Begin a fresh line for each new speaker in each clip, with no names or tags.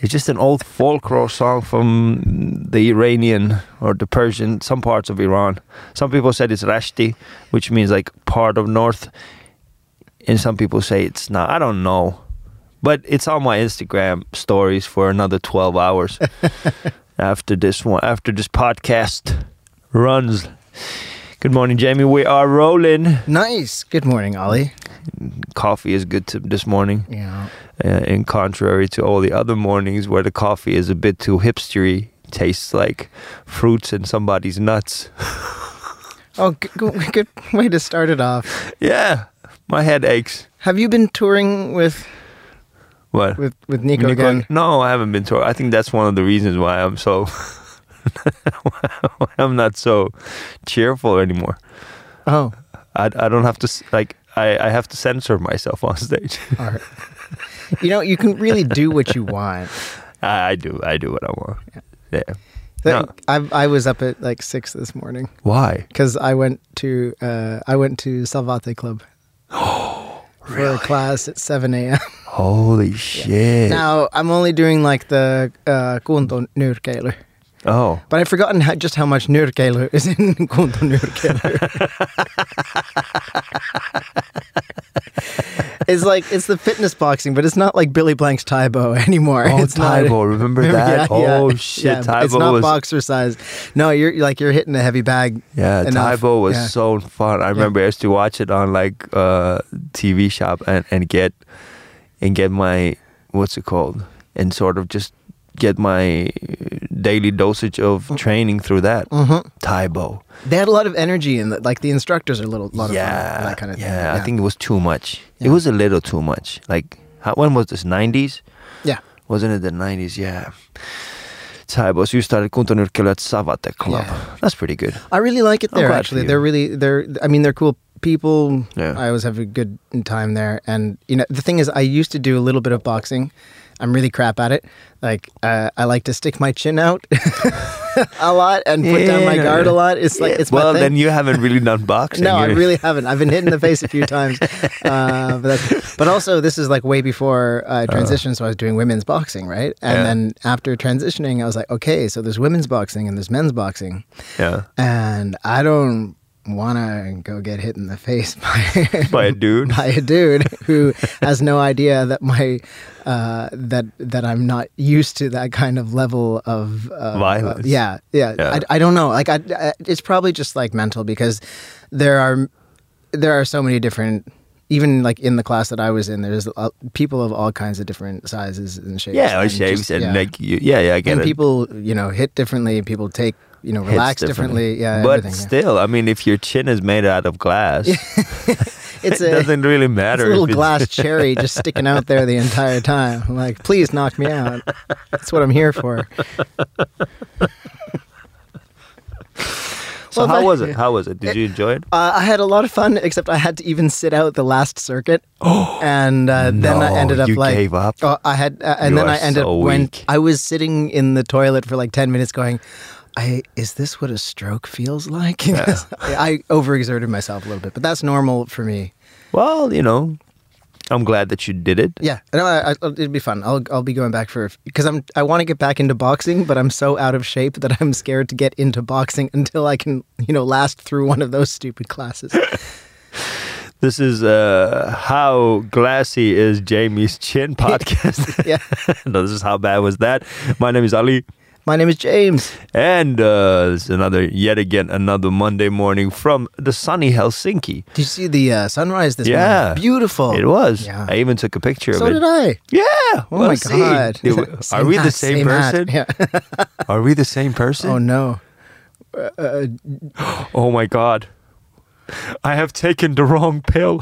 It's just an old folklore song from the Iranian or the Persian, some parts of Iran. Some people said it's Rashti, which means like part of North, and some people say it's not. I don't know, but it's on my Instagram stories for another twelve hours after this one, after this podcast runs. Good morning, Jamie. We are rolling.
Nice. Good morning, Ollie.
Coffee is good to, this morning.
Yeah.
uh, and contrary to all the other mornings where the coffee is a bit too hipstery, tastes like fruits and somebody's nuts.
Oh, g- g- good way to start it off.
yeah, my head aches.
Have you been touring with
What?
with with Nico,
Nico-
again?
No, I haven't been to. I think that's one of the reasons why I'm so. why I'm not so cheerful anymore.
Oh,
I, I don't have to s- like I, I have to censor myself on stage.
all right. you know, you can really do what you want.
I, I do I do what I want. Yeah.
That,
No.
I I was up at like six this morning
Why?
because I went to uh, I went to Salvate Club. Oh, For a class at seven a.m.
Holy shit!
now I'm only doing like the uh, Kunto Nurkeilu.
Oh,
But I've forgotten how, just how much Nurkeilu is in Kunto Nurkeilu. it's like it's the fitness boxing, but it's not like Billy Blank's Taibo anymore.
Oh,
it's not-
Taibo, remember that? Oh, shit,
It's
Taibo
not
was-
boxer size. No, you're like you're hitting a heavy bag.
Yeah,
enough.
Taibo was
Yeah.
so fun. I remember I used to watch it on like uh TV shop and, and get and get my what's it called and sort of just get my daily dosage of
Mm.
training through that. Mm-hmm. Taibo.
They had a lot of energy, and like the instructors are a little lot of fun,
Yeah,
and that kind of
yeah,
thing.
I think it was too much. It
Yeah.
was a little too much. Like how, when was this? Nineties.
yeah.
Wasn't it the nineties? Yeah. Taibo. So you started Kunto Nurkelo at Savate Club.
Yeah.
That's pretty good.
I really like it
I'm
there.
glad for
Actually,
you.
they're really they're. I mean, they're cool people.
Yeah.
I always have a good time there. And you know, the thing is, I used to do a little bit of boxing. I'm really crap at it. Like, uh, I like to stick my chin out a lot and put down my
Yeah.
guard a lot. It's like
Yeah.
it's
well,
my thing.
then you haven't really done boxing.
No, I
You-
really haven't. I've been hit in the face a few times, uh, but, that's, but also this is like way before I transitioned. so I was doing women's boxing, right? And
Uh. Yeah.
then after transitioning, I was like, okay, so there's women's boxing and there's men's boxing,
Yeah.
and I don't want to go get hit in the face by
By a dude.
by a dude who has no idea that my uh, that that I'm not used to that kind of level of uh,
Violence.
uh, yeah, yeah.
Yeah.
I, I don't know. Like, I, I, it's probably just like mental because there are there are so many different. Even like in the class that I was in, there's uh, people of all kinds of different sizes and shapes.
Yeah, or
and
shapes
just-
and
yeah.
like you, yeah, yeah, I get
and
it.
people you know hit differently. People take you know
Hits
relax differently. Yeah,
but
everything, yeah.
still, I mean, if your chin is made out of glass,
it's
it
a,
doesn't really
It's
matter.
a little
if it's-
glass cherry just sticking out there the entire time. I'm like, please knock me out. That's what I'm here for.
So
Well,
how
but-
was it? How was it? Did you enjoy it?
Uh, I had a lot of fun, except I had to even sit out the last circuit, and uh, then I
No,
ended up
you
like
gave up?
Oh, I had, uh, and
You
then
are
I ended
so
up when
weak.
I was sitting in the toilet for like ten minutes, going, "I is this what a stroke feels like?" I overexerted myself a little bit, but that's normal for me.
Well, you know, I'm glad that you did it.
Yeah, no, I, I, it'd be fun. I'll I'll be going back for because I'm I want to get back into boxing, but I'm so out of shape that I'm scared to get into boxing until I can you know last through one of those stupid classes.
This is uh, how glassy is Jamie's chin podcast.
yeah,
no, this is how bad was that. My name is Ali.
my name is James.
And uh, it's another, yet again, another Monday morning from the sunny Helsinki.
Did you see the uh, sunrise this
Yeah.
morning? beautiful.
It was.
Oh, Yeah.
I even took a picture
so
of it.
did I.
Yeah.
Oh
well,
my
see.
god!
Dude, Are
Same
we the
hat,
same,
hat.
person?
Yeah.
Are we the same person?
oh no. Uh,
Oh my god. I have taken the wrong pill.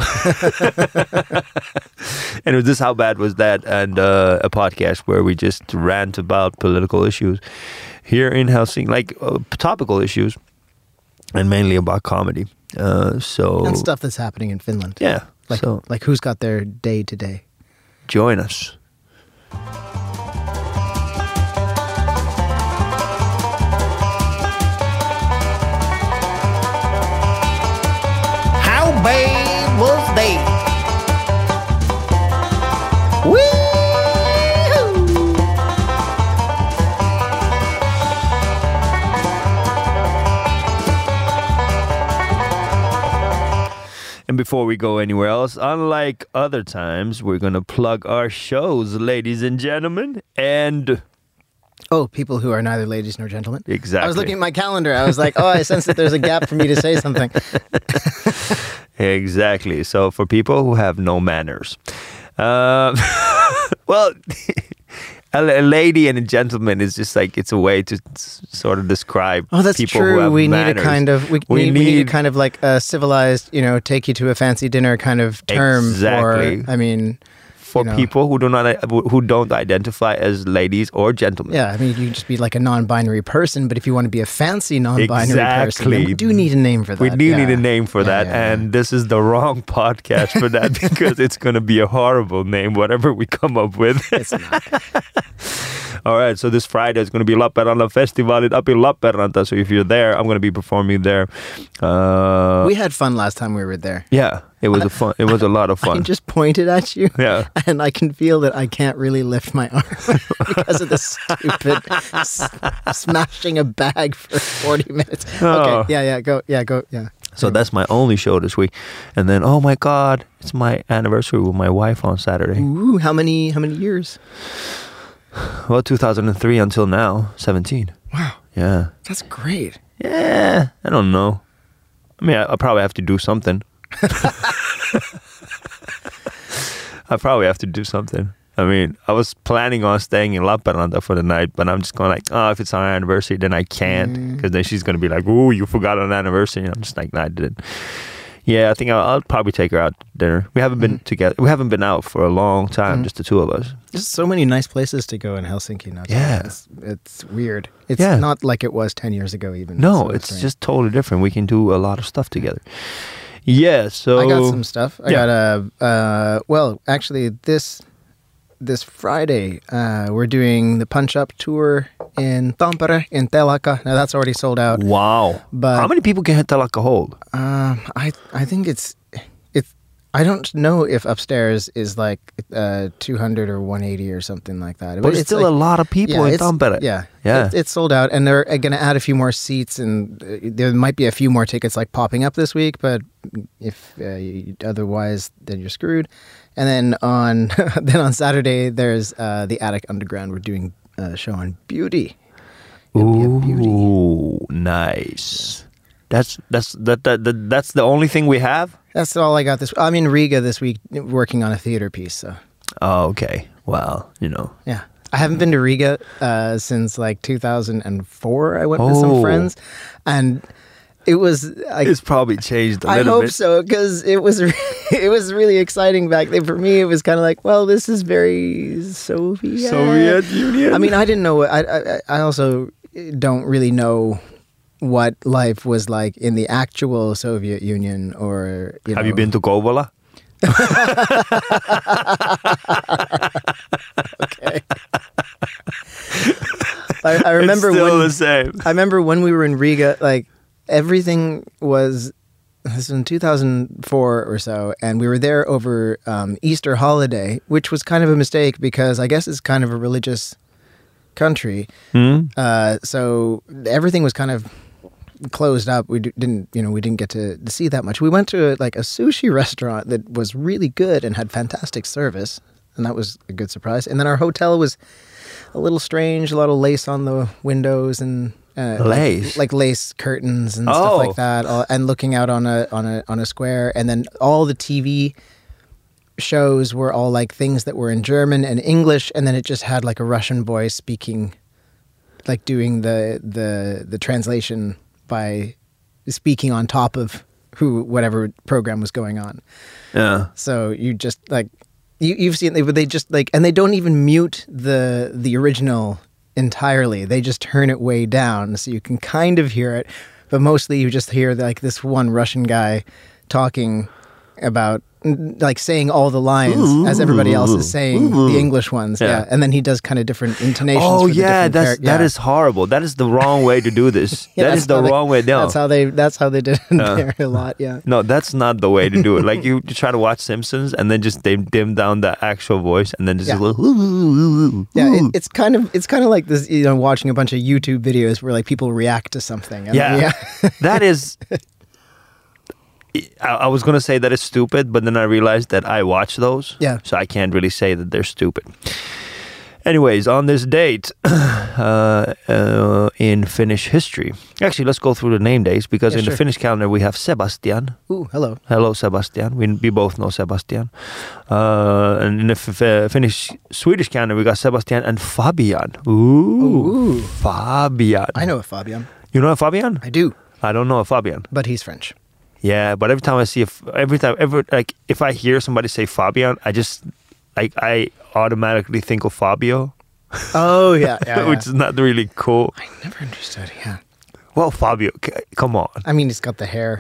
and it was this how bad was that and uh, a podcast where we just rant about political issues here in Helsinki like uh, topical issues and mainly about comedy. Uh, so
And stuff that's happening in Finland.
Yeah.
Like
so
like who's got their day today?
join us.
How bad was they? Woo!
before we go anywhere else, unlike other times, we're going to plug our shows, ladies and gentlemen. And
Oh, people who are neither ladies nor gentlemen.
exactly.
I was looking at my calendar. I was like, oh, I sense that there's a gap for me to say something.
Exactly. So for people who have no manners, um, well, a a lady and a gentleman is just like it's a way to s- sort of describe.
Oh, that's
people Who
true.
have
We need a
manners.
kind of we,
We
need, we need
need-
a kind of like a civilized, you know, take you to a fancy dinner kind of term
Exactly.
for. I mean,
for
you know.
people who do not uh, who don't identify as ladies or gentlemen.
yeah, I mean, you can just be like a non-binary person, but if you want to be a fancy non-binary person, then
Exactly.
we do need a name for that.
We do
yeah.
need a name for
Yeah,
that,
yeah, yeah.
and this is the wrong podcast for that because it's going to be a horrible name, whatever we come up with.
It's not.
All right, so this Friday is going to be La Perranta Festival in- up in La Perranta. So if you're there, I'm going to be performing there. Uh,
we had fun last time we were there.
yeah, it was a fun. It was a lot of
I
fun.
just pointed at you.
Yeah.
And I can feel that I can't really lift my arm because of the stupid s- smashing a bag for 40 minutes.
Oh.
Okay. Yeah, yeah, go. Yeah, go. Yeah.
So that's my only show this week, and then oh my god, it's my anniversary with my wife on Saturday.
Ooh, how many how many years?
Well, 2003 until now, 17.
Wow.
Yeah,
That's great.
yeah. I don't know. I mean, I, I probably have to do something. I probably have to do something. I mean, I was planning on staying in La Perranta for the night, but I'm just going like, oh, if it's our anniversary, then I
Mm.
can't, because then she's gonna be like, oh, you forgot on anniversary. And I'm just like, no, I didn't. Yeah, I think I'll, I'll probably take her out to dinner. We haven't
Mm.
been together. We haven't been out for a long time, just the two of us.
There's so many nice places to go in Helsinki now. too.
Yeah.
It's, it's weird. It's
Yeah.
not like it was 10 years ago even.
No,
So
it's
strange.
just totally different. We can do a lot of stuff together. Yeah. So
I got some stuff. I
Yeah.
got a uh, well, actually this this Friday uh, we're doing the Punch Up tour in Tampere in Telaka. Now that's already sold out.
Wow.
But-
How many people can Telaka hold?
Um, I I think it's it's I don't know if upstairs is like uh, 200 or 180 or something like that.
But it's, still
like-
a lot of people in
it's-
Tampere.
Yeah,
Yeah.
It's- it's sold out, and they're going to add a few more seats, and uh, there might be a few more tickets like popping up this week. But if uh, you, otherwise, then you're screwed. And then on then on Saturday, there's uh, the Attic Underground. We're doing a show on beauty. It'll be a beauty.
Ooh, nice. That's that's that, that, that that's the only thing we have.
That's all I got this. I'm in Riga this week, working on a theater piece. So
Oh, okay. Well, you know.
yeah. I haven't been to Riga uh, since like 2004. I went with
Oh.
some friends, and it was like
It's probably changed a
I
little
hope
bit.
so because it was re- it was really exciting back then. For me, it was kind of like, well, this is very Soviet.
Soviet Union.
I mean, I didn't know. What, I, I I also don't really know what life was like in the actual Soviet Union. Or
have
you know,
you been to Govola?
I, I remember
it's still
when
the same.
I remember when we were in Riga, like everything was this was in 2004 or so, and we were there over um, Easter holiday, which was kind of a mistake because I guess it's kind of a religious country.
Hmm?
Uh, so everything was kind of closed up. We d- didn't, you know, we didn't get to, to see that much. We went to like a sushi restaurant that was really good and had fantastic service, and that was a good surprise. And then our hotel was a little strange, a lot of lace on the windows and. Uh, like-
Lace?
like, lace curtains and stuff
Oh.
like that, all- and looking out on a on a on a square, and then all the TV shows were all like things that were in German and English, and then it just had like a Russian boy speaking, like doing the the the translation by speaking on top of who whatever program was going on.
Yeah.
So you just like you you've seen they they just like and they don't even mute the the original entirely. They just turn it way down so you can kind of hear it, but mostly you just hear like this one Russian guy talking about n- like saying all the lines as everybody else is saying the English ones.
Yeah.
Yeah. And then he does kind of different intonations.
Oh
for the
yeah,
different
that's
charac-
that
yeah.
is horrible. That is the wrong way to do this.
Yeah,
that
that's
is the
how they-
wrong way. Uh. No.
That's how they that's how they did it there a lot, yeah.
No, that's not the way to do it. Like you, you try to watch Simpsons and then just dim, dim down the actual voice and then just
Yeah.
go, "Ooh, ooh, ooh,
Yeah,
ooh."
it, it's kind of it's kind of like this. You know, watching a bunch of YouTube videos where like people react to something. And
yeah.
then-
that is I, I was gonna say that it's stupid, but then I realized that I watch those.
Yeah.
So I can't really say that they're stupid. Anyways, on this date uh, uh, in Finnish history, actually, let's go through the name days because
Yeah,
in the
sure.
Finnish calendar we have Sebastian.
Ooh, hello.
Hello, Sebastian. We, we both know Sebastian. Uh, and in the f- f- Finnish Swedish calendar, we got Sebastian and Fabian. Ooh,
Ooh.
Fabian.
I know a Fabian.
You know a Fabian?
I do,
I don't know a Fabian.
but he's French.
Yeah, but every time I see if every time ever like if I hear somebody say Fabian, I just like I automatically think of Fabio,
Oh yeah, yeah. yeah.
which is not really cool.
I never understood. Yeah,
Well, Fabio, c- come on.
I mean, he's got the hair.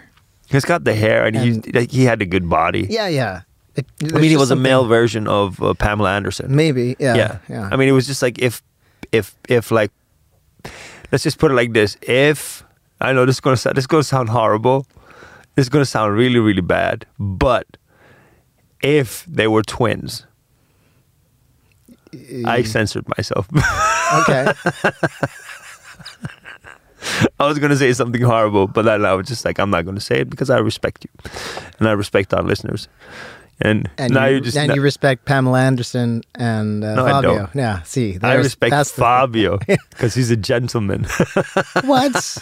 He's got the hair and, he
And-
like he had a good body.
Um, Yeah, yeah. It-
I
there's
mean, he
just
was a
something-
male version of uh, Pamela Anderson.
Maybe. Yeah.
yeah.
Yeah.
I mean, it was just like if, if, if like, let's just put it like this: if I know this is gonna sound, this is gonna sound horrible, this is gonna sound really, really bad. But if they were twins,
Mm.
I censored myself.
okay.
I was gonna say something horrible, but then I was just like, I'm not gonna say it because I respect you, and I respect our listeners. And,
And
now
you,
you, just
and you respect Pamela Anderson and uh,
No, I
Fabio.
don't.
Yeah. See,
I
there's-
respect
that's the-
Fabio because he's a gentleman.
what? It's-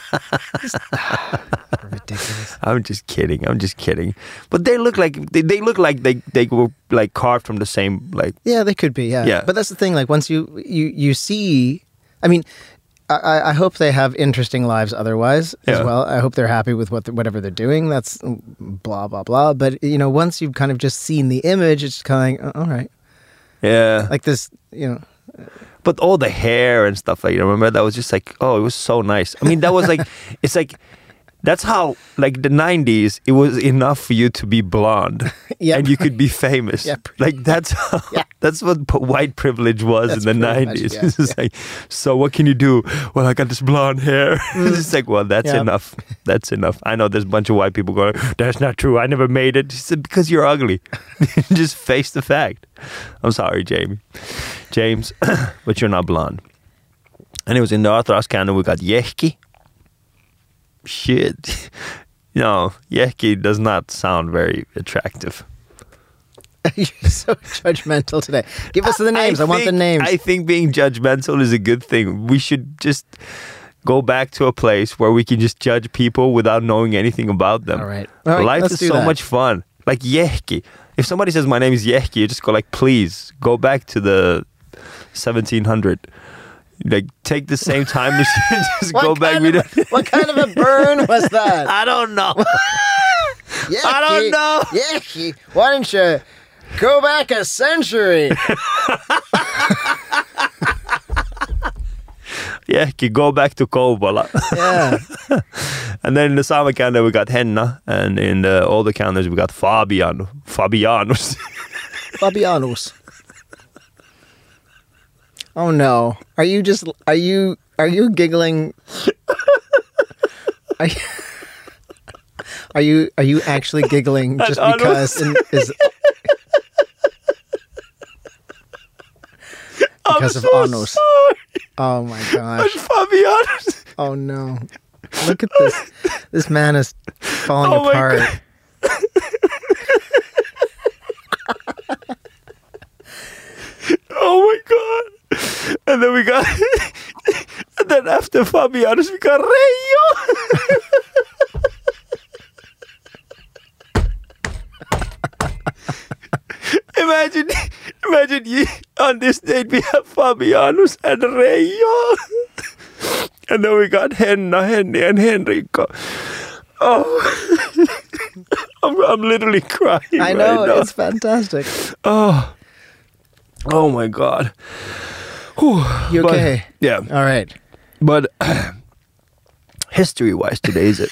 Ridiculous.
I'm just kidding. I'm just kidding. But they look like they, they look like they they were like carved from the same like
Yeah, they could be. Yeah.
Yeah.
But that's the thing. Like once you you you see, I mean, I- I, I hope they have interesting lives otherwise
Yeah.
as well. I hope they're happy with what whatever they're doing. That's mm, blah blah blah. But you know, once you've kind of just seen the image, it's kind of like, "Oh, all right,
yeah. Like,
like this. You know,
but all the hair and stuff like you remember that was just like oh it was so nice. I mean that was like it's like that's how like the 90s it was enough for you to be blonde
Yeah.
and you could be famous.
Yeah, pretty
like that's how,
Yeah.
that's what p- white privilege was
That's
in the
pretty much,
90s.
yeah,
it's just like so what can you do? Well I got this blonde hair. it's just like well that's
Mm. Yeah.
enough. That's enough. I know there's a bunch of white people going that's not true. I never made it. She said because you're ugly. just face the fact. I'm sorry Jamie. James, but you're not blonde. And it was in the Arthur canon we got Yehki. Shit. No, Yehki does not sound very attractive.
You're so judgmental today. Give us the names. I, want the
think-
names.
I think being judgmental is a good thing. We should just go back to a place where we can just judge people without knowing anything about them.
All right. All right,
Life
let's
is
do
so
that.
much fun. Like Yehki. If somebody says my name is Yehki, you just go like, please go back to the 1700. Like take the same time machine, just
what
go back.
kind
We
of,
don't-
What kind of a burn was that?
I don't know.
Yucky,
I don't know.
Yucky. Why didn't you go back a century?
Yehki, go back to Kouvola.
yeah.
And then in the summer calendar we got Henna, and in the older calendars we got Fabian, Fabianus.
Fabianos. Oh no. Are you just are you are you giggling? Are you Are you, are you actually giggling just
don't
because and is Because of Anos. Oh my gosh.
Fabianus.
Oh no. Look at this. This man is falling
Oh my
apart.
Oh my god! And then we got, and then after Fabianus we got Reyo. imagine, imagine you on this date we have Fabianus and Reyo, and then we got Henna, Henny, and Henrico. Oh, I'm, I'm literally crying.
I know,
right now.
it's fantastic.
Oh, oh my God. Whew.
You
But-
okay?
yeah,
All right.
but history-wise, today is it.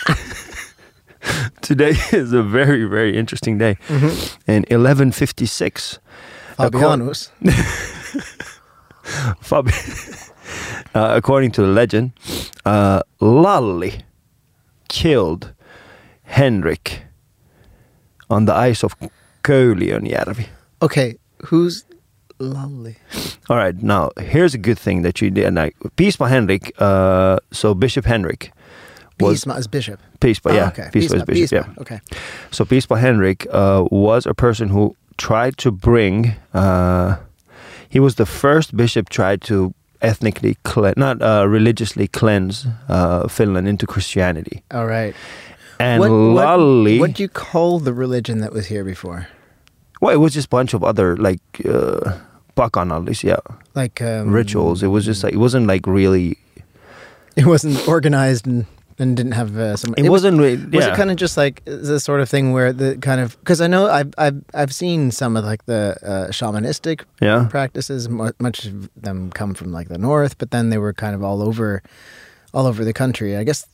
today is a very, very interesting day.
Mm-hmm.
In 1156, according,
Fabianus.
Fabi- uh, according to the legend, uh, Lalli killed Henrik on the ice of Kölönjärvi.
Okay, who's lovely?
All right, now here's a good thing that you did. And I, peace by Henrik. Uh, so Bishop Henrik was
Pisma is bishop.
peace, but
Oh,
yeah,
okay.
Peace was
Pisma,
bishop. Yeah.
Pisma, Okay.
So Bispa Henrik uh, was a person who tried to bring. Uh, he was the first bishop tried to ethnically cleanse, not uh, religiously cleanse uh, Finland into Christianity.
All right.
And
What- what-
Lalli,
What do you call the religion that was here before?
well, it was just a bunch of other like uh, bacchanalies, yeah,
Like um,
rituals. It was just like it wasn't like really.
It wasn't organized and, and didn't have uh, some.
It, wasn't. really
Was
yeah.
it kind of just like the sort of thing where the kind of because I know I've I've I've seen some of like the uh, shamanistic
Yeah.
practices. Mu- Much of them come from like the north, but then they were kind of all over, all over the country. I guess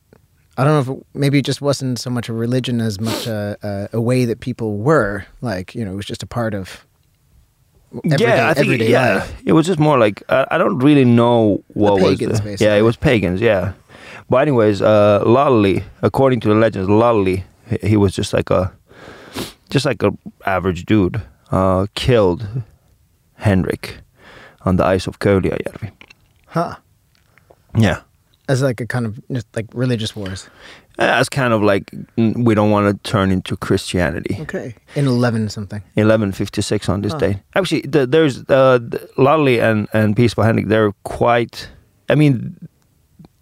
I don't know if it, maybe it just wasn't so much a religion as much a, a, a way that people were like you know it was just a part of. everyday-
yeah, I think
everyday
yeah,
life.
it was just more like I, I don't really know what was.
pagans,
the- yeah,
basically.
it was pagans. Yeah, but anyways, uh, Lalli, according to the legends, Lalli, he, he was just like a, just like a average dude, uh, killed Henrik on the ice of Koliajärvi.
Huh.
Yeah,
As like a kind of just like religious wars.
that's kind of like mm, we don't want to turn into Christianity.
Okay. In eleven something.
1156 on this
Huh.
day. Actually, the, there's uh, the- Lally and and Peace by Henrik. They're quite. I mean,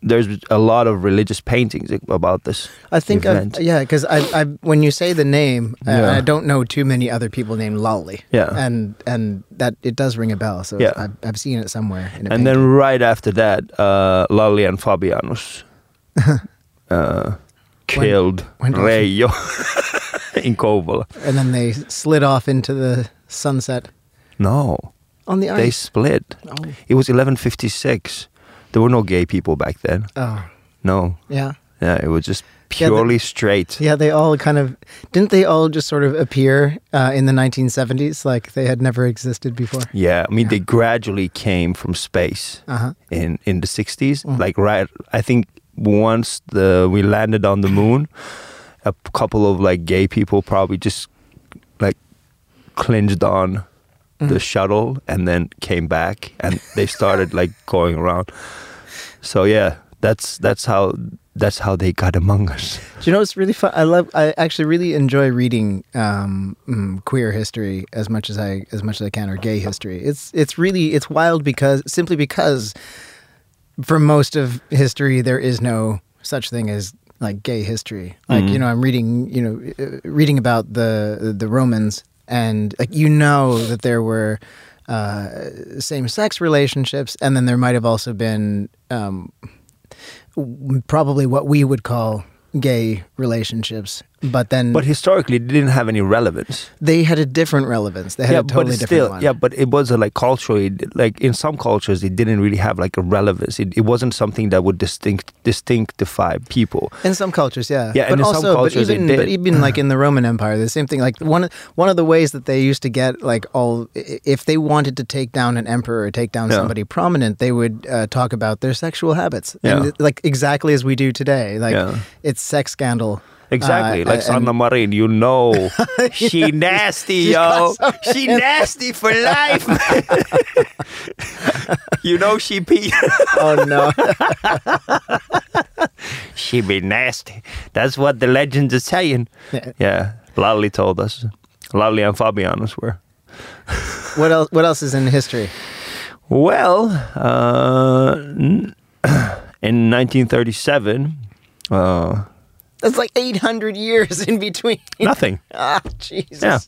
there's a lot of religious paintings about this.
I think
event.
I've, yeah, because I, I when you say the name, uh,
Yeah.
I don't know too many other people named Lolly.
Yeah.
and and that it does ring a bell. So
Yeah.
I've, I've seen it somewhere. In a
and
painting.
then right after that, uh, Lally and Fabianus uh, killed
when did
Reio in Kovala.
and then they slid off into the sunset
No,
on the
they
ice.
split.
oh.
It was 1156. There were no gay people back then.
Oh,
No,
yeah,
yeah, it was just
Yeah, the-
purely straight.
yeah. They all kind of didn't they all just sort of appear uh, in the 1970s like they had never existed before.
Yeah, I mean they gradually came from space
Uh huh.
in in the 60s.
Mhm.
Like right, I think once the we landed on the moon, a p- couple of like gay people probably just like clinged on the shuttle and then came back and they started like going around. So yeah, that's that's how that's how they got among us.
Do you know it's really fun? I love. I actually really enjoy reading um, mm, queer history as much as I as much as I can, or gay history. It's it's really it's wild because simply because for most of history there is no such thing as like gay history. Like
Mm-hmm.
you know, I'm reading you know uh, reading about the the Romans, and like you know that there were uh, same sex relationships, and then there might have also been. Um, probably what we would call gay relationships, but then
But historically, they didn't have any relevance.
they had a different relevance. They had a totally
it's
different
still,
one.
Yeah, but it was uh, like culturally, like in some cultures, it didn't really have like a relevance. It, it wasn't something that would distinct distinctify people.
In some cultures, yeah.
Yeah,
but
and in some
also,
cultures
but
they
even,
did.
But even like in the Roman Empire, the same thing. Like one one of the ways that they used to get like all, i- if they wanted to take down an emperor or take down
Yeah.
somebody prominent, they would uh, talk about their sexual habits,
Yeah.
and like exactly as we do today. Like
Yeah.
it's sex scandal.
Exactly,
Uh,
like
and-
Sanna Marin, you know, she nasty, yo, she nasty for life. you know, she be
oh no.
she be nasty. That's what the legends are saying.
Yeah.
Yeah, Lally told us. Lally and Fabianus were.
what else? What else is in history?
Well, uh, n- in 1937, uh,
That's like 800 years in between.
nothing.
Ah, Jesus.
Yeah.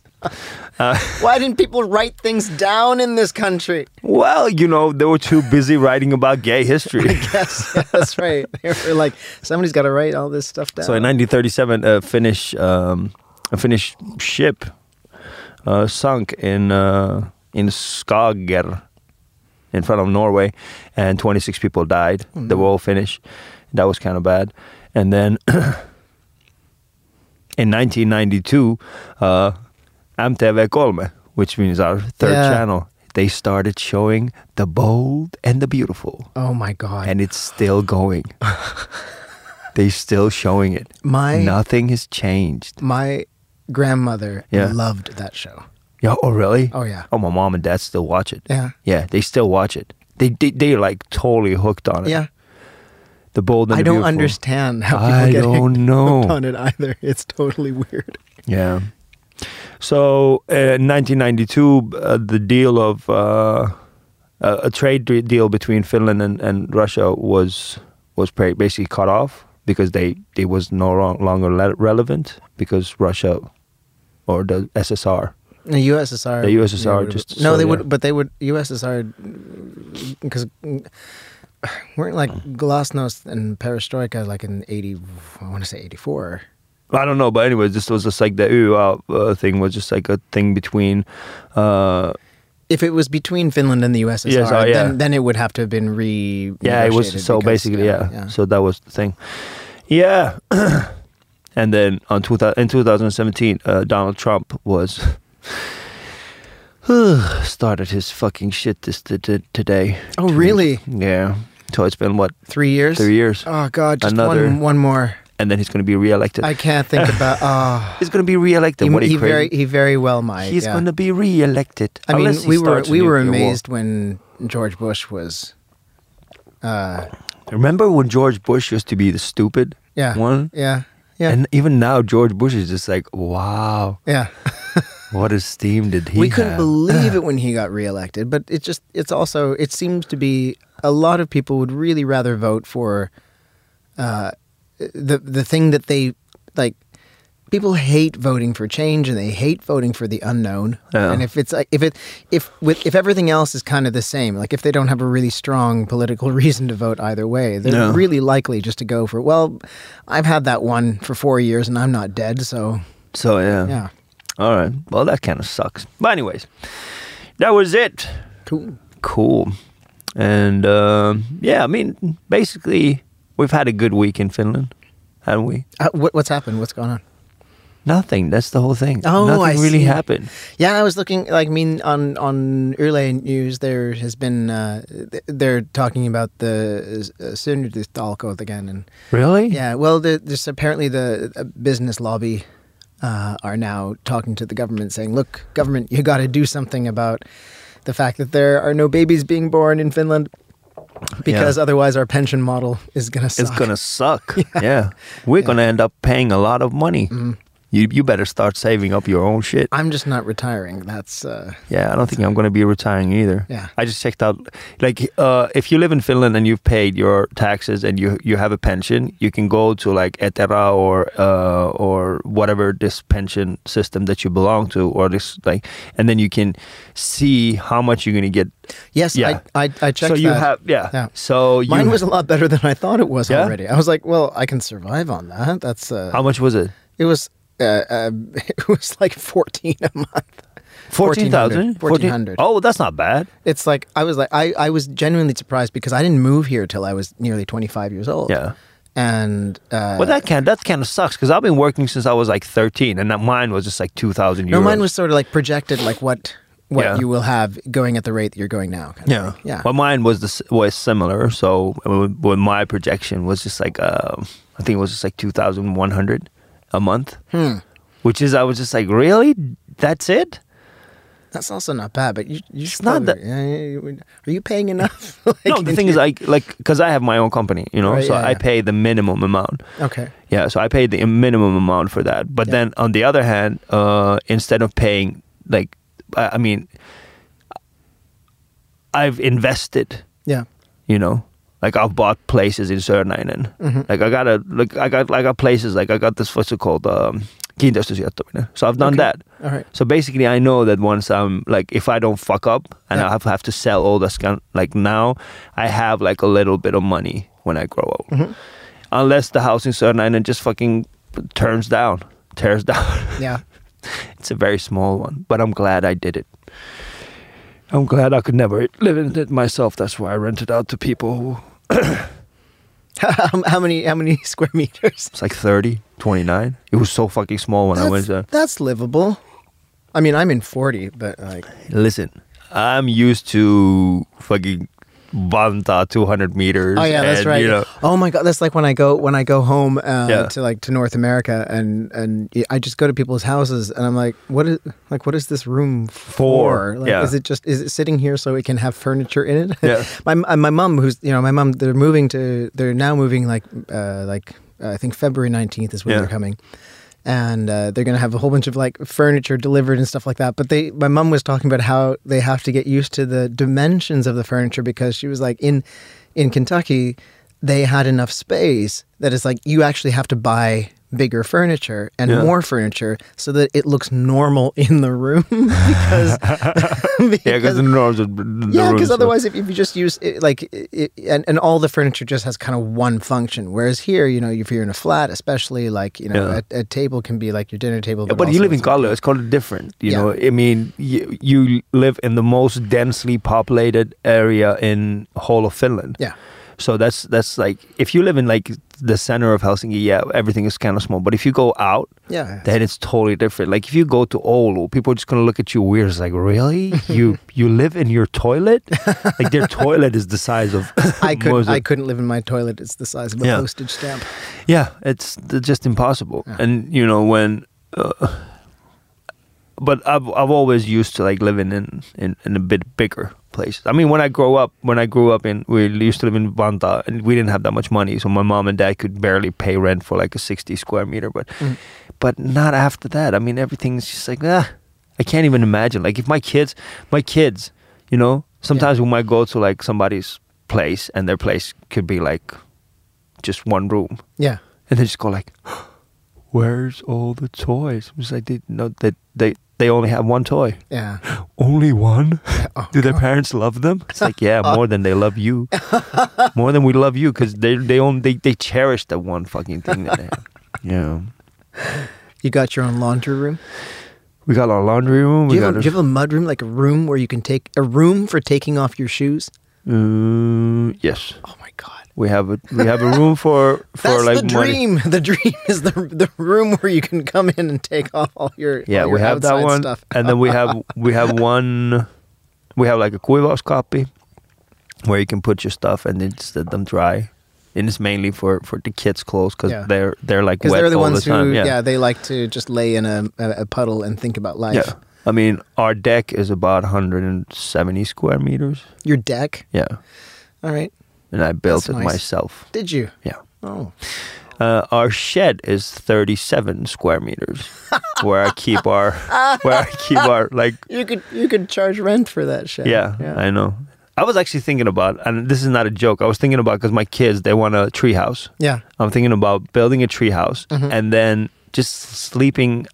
Uh,
Why didn't people write things down in this country?
well, you know, they were too busy writing about gay history.
Yes, yeah, that's right. They were like, somebody's got to write all this stuff down.
So in 1937, a Finnish, um, a Finnish ship uh, sunk in uh, in Skager, in front of Norway, and 26 people died. They were all Finnish. That was kind of bad. And then in 1992, uh, MTV3, which means our third
Yeah.
channel, they started showing The Bold and the Beautiful,
oh my God.
and it's still going. They're still showing it.
my
Nothing has changed.
my grandmother
Yeah.
loved that show.
Yeah. Oh, really?
Oh, yeah.
Oh, my mom and dad still watch it.
Yeah.
Yeah, they still watch it. They they, they are like totally hooked on it.
Yeah.
the bold and
I
the
don't
beautiful.
understand how people
I
get
don't
hooked
know.
on it either. It's totally weird.
Yeah. So uh, 1992, uh, the deal of uh, a, a trade de- deal between Finland and, and Russia was was pra- basically cut off because they it was no lo- longer le- relevant because Russia or the SSR
The USSR.
The USSR
they would-
just-
no,
so,
they
yeah.
would, but they would USSR because weren't like glasnost and perestroika like in eighty. I want to say eighty four.
I don't know, but anyways, this was just like the ooh uh, uh, thing was just like a thing between. Uh,
If it was between Finland and the USSR,
Yes, oh, yeah.
then, then it would have to have been re.
yeah, it was so basically yeah, So that was the thing. Yeah, and then on two thousand in two thousand seventeen, uh, Donald Trump was started his fucking shit this t- t- today.
oh really?
Yeah, so it's been what
Three years.
three years,
Oh god, just
Another-
one one more.
and then he's going to be reelected.
I can't think about. Oh,
he's going to be reelected.
he,
what are
he
you
very
crazy?
he very well might.
he's
yeah.
going to be reelected.
I mean,
unless he
we were
starts a
we were
nuclear war.
amazed when George Bush was. Uh,
Remember when George Bush used to be the stupid
yeah.
one?
Yeah. Yeah.
And even now, George Bush is just like, wow,
yeah.
what esteem did he
We couldn't
have?
believe it when he got reelected, but it just it's also it seems to be a lot of people would really rather vote for uh, the the thing that they like people hate voting for change and they hate voting for the unknown.
Yeah.
And if it's like if it if with if everything else is kind of the same, like if they don't have a really strong political reason to vote either way, they're
No.
really likely just to go for well, I've had that one for 4 years and I'm not dead, so
So, yeah.
yeah.
All right. Well, that kind of sucks. But, anyways, that was it.
Cool.
Cool. And, um, yeah, I mean, basically, we've had a good week in Finland, haven't we?
Uh, what, what's happened? What's going on?
Nothing. That's the whole thing.
Oh,
Nothing
I
really
see.
happened.
Yeah, I was looking. Like, I mean, on on Urlay news, there has been uh, th- they're talking about the uh, Syndicalcode again, and
Really?
yeah, well, there, there's apparently the uh, business lobby uh, are now talking to the government, saying, "Look, government, you got to do something about the fact that there are no babies being born in Finland." Because otherwise, our pension model is gonna suck.
It's gonna suck. yeah. We're gonna end up paying a lot of money.
Mm-hmm.
You you better start saving up your own shit.
I'm just not retiring. That's uh,
Yeah, I don't think I'm going to be retiring either.
Yeah.
I just checked out. Like, uh, if you live in Finland and you've paid your taxes and you you have a pension, you can go to like Etera or uh, or whatever this pension system that you belong to, or this like, and then you can see how much you're going to get.
yes.
Yeah.
I, I I checked.
so you
that.
have yeah.
Yeah.
So you,
Mine was a lot better than I thought it was
Yeah?
already. I was like, well, I can survive on that. That's uh,
how much was it?
it was uh, uh, it was like fourteen a month.
14,000?
1400.
Oh, that's not bad.
It's like I was like I, I was genuinely surprised because I didn't move here till I was nearly twenty five years old.
Yeah.
and uh,
Well, that can that kind of sucks because I've been working since I was like 13, and that mine was just like 2,000 euros.
no, mine was sort of like projected like what what
Yeah.
you will have going at the rate that you're going now. kind of
Yeah,
thing. yeah.
Well, mine was the, s- was similar. So uh, when my projection was just like, uh, I think it was just like two thousand one hundred a month,
Hmm.
which is I was just like, really, that's it.
That's also not bad, but you you
It's not
probably- uh, are you paying enough? Like,
no, the thing is, I like because I have my own company, you know,
Right,
so
yeah,
I
yeah.
pay the minimum amount.
okay.
Yeah, so I paid the minimum amount for that. But
Yeah.
then on the other hand, uh, instead of paying, like, I, I mean, I've invested
Yeah.
you know like I've bought places in Sörnäinen.
Mm-hmm.
Like I got a like I got I got places like I got this what's it called um kiinteistösijoittaminen. So I've done
Okay.
that.
All right.
So basically I know that once I'm like if I don't fuck up and
Yeah.
I have, have to sell all this kind like now I have like a little bit of money when I grow up.
Mm-hmm.
Unless the house in Sörnäinen just fucking turns down, tears down.
Yeah.
It's a very small one, but I'm glad I did it. I'm glad I could never live in it myself. That's why I rent it out to people. Who,
how, how many how many square meters?
it's like 30, 29. It was so fucking small when I uh, went
That's,
there.
that's livable. I oh, mean, I'm in 40, but like,
Listen, I'm used to fucking Banta 200 meters.
Oh yeah, that's
and,
right.
You know,
Oh my god, that's like when I go when I go home uh,
Yeah.
to like to North America and and I just go to people's houses and I'm like, what is like what is this room for?
For,
Like,
yeah.
is it just is it sitting here so it can have furniture in it?
Yeah.
my uh, my mom who's you know my mom they're moving to they're now moving like uh, like uh, I think February 19th is when
Yeah.
they're coming. And uh, they're gonna have a whole bunch of like furniture delivered and stuff like that. But they, my mom was talking about how they have to get used to the dimensions of the furniture because she was like, in in Kentucky, they had enough space that it's like you actually have to buy bigger furniture and
Yeah.
more furniture so that it looks normal in the room because
yeah, because the norms of the the
yeah, because
rooms are-
otherwise, if, if you just use it, like, it, it- and, and all the furniture just has kind of one function. Whereas here, you know, if you're in a flat, especially like, you know,
Yeah.
a, a table can be like your dinner table.
Yeah, but you
also
live in
it's-
Carlo. It's called different. You
Yeah.
know, I mean, you, you live in the most densely populated area in whole of Finland.
Yeah.
So that's that's like if you live in like the center of Helsinki, yeah, everything is kind of small. But if you go out,
Yeah.
then it's totally different. Like if you go to Oulu, people are just gonna look at you weird. It's like, really? you you live in your toilet? like their toilet is the size of
I, could,
most of-
I couldn't live in my toilet. It's the size of a
Yeah.
postage stamp.
yeah, it's th- just impossible.
Yeah.
And you know when, uh, but I've I've always used to like living in, in in a bit bigger place. I mean, when I grow up, when I grew up in, we used to live in Banta, and we didn't have that much money, so my mom and dad could barely pay rent for like a sixty square meter. But
Mm.
but not after that. I mean, everything's just like ah, I can't even imagine. Like if my kids, my kids, you know, sometimes we might go to like somebody's place, and their place could be like just one room
Yeah.
and they just go like, "Where's all the toys?" I'm just like, they, "No, they they they only have one toy,
Yeah.
only one."
Oh,
Do their parents love them? It's like, yeah, more than they love you, more than we love you, because they they own they they cherish that one fucking thing that they have. Yeah,
You got your own laundry room?
we got our laundry room.
Do
We
you, have
got
a, do you have a mud room, like a room where you can take a room for taking off your shoes?
our- Uh, yes,
Oh my God.
we have a we have a room for for
That's
like
the
money.
dream. The dream is the the room where you can come in and take off all your all
Yeah,
your
we have that
outside
one,
stuff.
and then we have we have one, we have like a kuivaus copy, where you can put your stuff and then just let them dry, and it's mainly for for the kids' clothes because
Yeah.
they're they're like
because
wet
they're the
all
ones
the time.
who yeah.
yeah,
they like to just lay in a, a, a puddle and think about life.
yeah. I mean, our deck is about 170 square meters.
Your deck,
Yeah,
all right?
and I built
That's
it
nice.
myself.
Did you?
Yeah.
Oh,
Uh, our shed is 37 square meters, where I keep our where I keep our like
you could you could charge rent for that shit.
Yeah, I know. I was actually thinking about, and this is not a joke. I was thinking about because my kids they want a treehouse.
yeah. Mm-hmm.
I'm thinking about building a treehouse and then just sleeping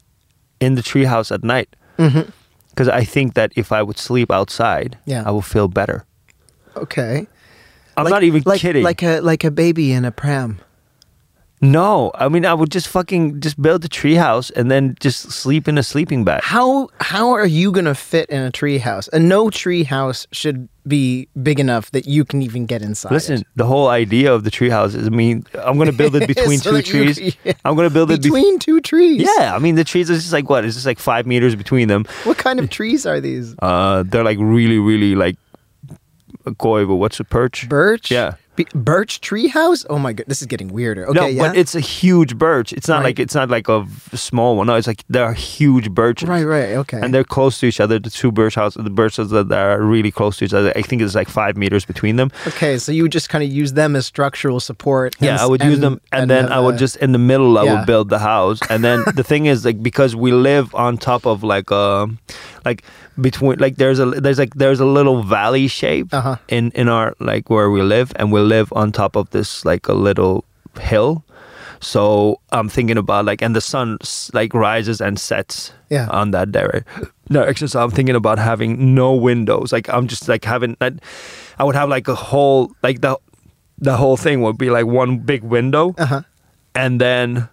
in the treehouse at night.
Mhm.
Because I think that if I would sleep outside,
Yeah.
I would feel better.
Okay.
I'm
Like-
not even
like,
kidding.
Like a like a baby in a pram.
no, I mean I would just fucking just build a treehouse and then just sleep in a sleeping bag.
How how are you gonna fit in a tree house? And no tree house should be big enough that you can even get inside.
Listen,
it.
the whole idea of the treehouse is I mean I'm gonna build it between
So
two
that you-
trees. I'm gonna build it between.
between two trees.
Yeah, I mean the trees is just like what? It's just like five meters between them.
What kind of trees are these?
Uh, they're like really, really like a koivu. What's a perch?
Birch.
Yeah.
Be- birch treehouse. Oh my god, this is getting weirder. Okay.
no,
yeah?
but it's a huge birch. It's not
Right.
like it's not like a v- small one. No, it's like there are huge birches.
right, right. Okay.
And they're close to each other. The two birch houses, the birches that are really close to each other. I think it's like five meters between them.
okay, so you would just kind of use them as structural support. and uh,
Yeah,
s-
I would use them, and, then
have
I would
a-
just in the middle I
Yeah.
would build the house, and then the thing is like because we live on top of like um like between like there's a there's like there's a little valley shape
Uh-huh.
in in our like where we live, and we live on top of this like a little hill. So I'm thinking about like, and the sun s- like rises and sets
Yeah.
on that dire- direction. So I'm thinking about having no windows. Like I'm just like having that. I would have like a whole like the the whole thing would be like one big window,
Uh-huh.
and then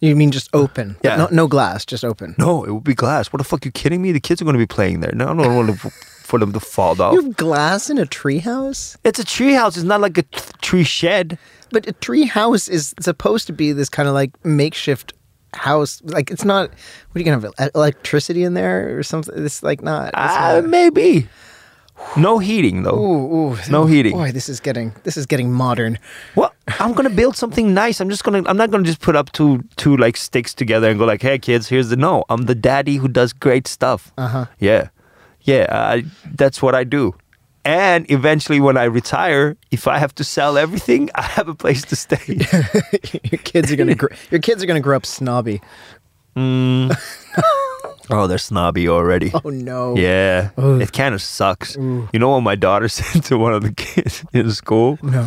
You mean just open?
Yeah.
No, no glass, just open.
no, it would be glass. What the fuck? You kidding me? The kids are going to be playing there. No, I don't want to, for them to fall down.
You have glass in a treehouse,
it's a tree house. It's not like a t- tree shed.
but a treehouse is supposed to be this kind of like makeshift house. Like it's not. What are you gonna have e- electricity in there or something? It's like not. it's
Ah,
not-
maybe. No heating
Ooh,
though.
ooh,
No heating.
Boy, this is getting this is getting modern.
Well, I'm gonna build something nice. I'm just gonna. I'm not gonna just put up two two like sticks together and go like, "Hey kids, here's the no." I'm the daddy who does great stuff.
Uh huh.
Yeah, yeah. I, that's what I do. And eventually, when I retire, if I have to sell everything, I have a place to stay.
your kids are gonna gr- your kids are gonna grow up snobby.
Mm. oh, they're snobby already.
Oh no.
Yeah,
Ugh.
it kind of sucks. You know what my daughter said to one of the kids in school?
No.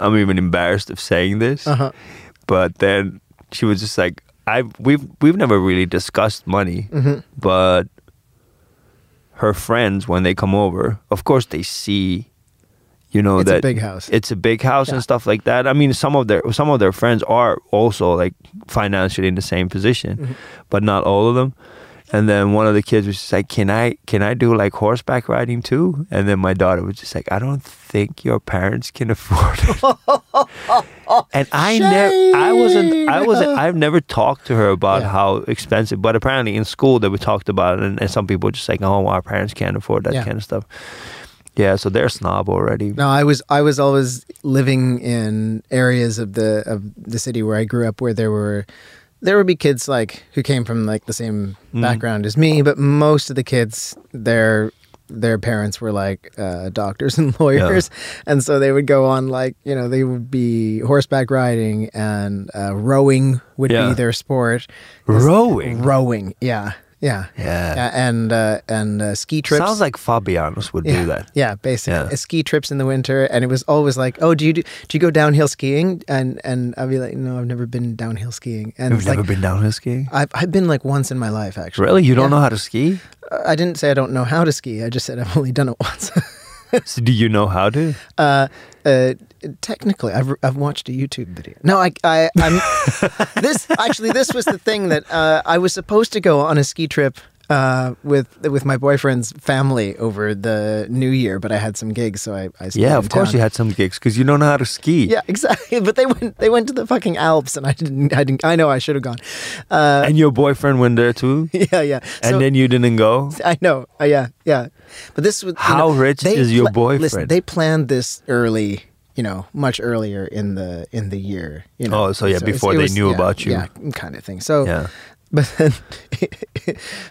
I'm even embarrassed of saying this,
Uh huh.
but then she was just like, "I we've we've never really discussed money,
Mm-hmm.
but her friends when they come over, of course they see, you know
It's a
that
big house.
it's a big house
Yeah.
and stuff like that. I mean, some of their some of their friends are also like financially in the same position,
Mm-hmm.
but not all of them. And then one of the kids was just like, "Can I can I do like horseback riding too?" And then my daughter was just like, "I don't think your parents can afford it." and I never, I wasn't, I
Shame.
wasn't, I've never talked to her about
Yeah.
how expensive. But apparently in school that we talked about it, and, and some people just like, "Oh, our parents can't afford that
Yeah.
kind of stuff." Yeah, so they're snob already.
No, I was I was always living in areas of the of the city where I grew up where there were there would be kids like who came from like the same
Mm.
background as me, but most of the kids their their parents were like uh, doctors and lawyers, and so they would go on like you know they would be horseback riding and uh, rowing would
Yeah.
be their sport.
Rowing.
Rowing, yeah, yeah,
Yeah.
Uh, and uh, and uh, ski trips.
Sounds like Fabianus would do that.
Yeah, basically
Yeah.
ski trips in the winter, and it was always like, "Oh, do you do, do you go downhill skiing?" And and I'd be like, "No, I've never been downhill skiing." And
You've
it's like,
never been downhill skiing?
I've I've been like once in my life actually.
Really? You don't
Yeah.
know how to ski?
Uh, I didn't say I don't know how to ski. I just said I've only done it once.
so do you know how to?
uh, uh, technically, I've I've watched a YouTube video. No, I I I'm this actually this was the thing that uh, I was supposed to go on a ski trip. Uh, with with my boyfriend's family over the new year, but I had some gigs, so I, I stayed
Yeah,
in
of course
town.
you had some gigs because you don't know how to ski.
Yeah, exactly. But they went they went to the fucking Alps, and I didn't. I didn't. I know I should have gone. Uh,
And your boyfriend went there too?
yeah, yeah.
and then you didn't go?
I know. Uh, yeah, yeah. But this was you
How
know,
rich
they
is your
pla- listen,
boyfriend?
they planned this early. You know, much earlier in the in the year. You know.
Oh, so yeah, before they knew
yeah,
about you.
Yeah, kind of thing. So.
Yeah.
But then,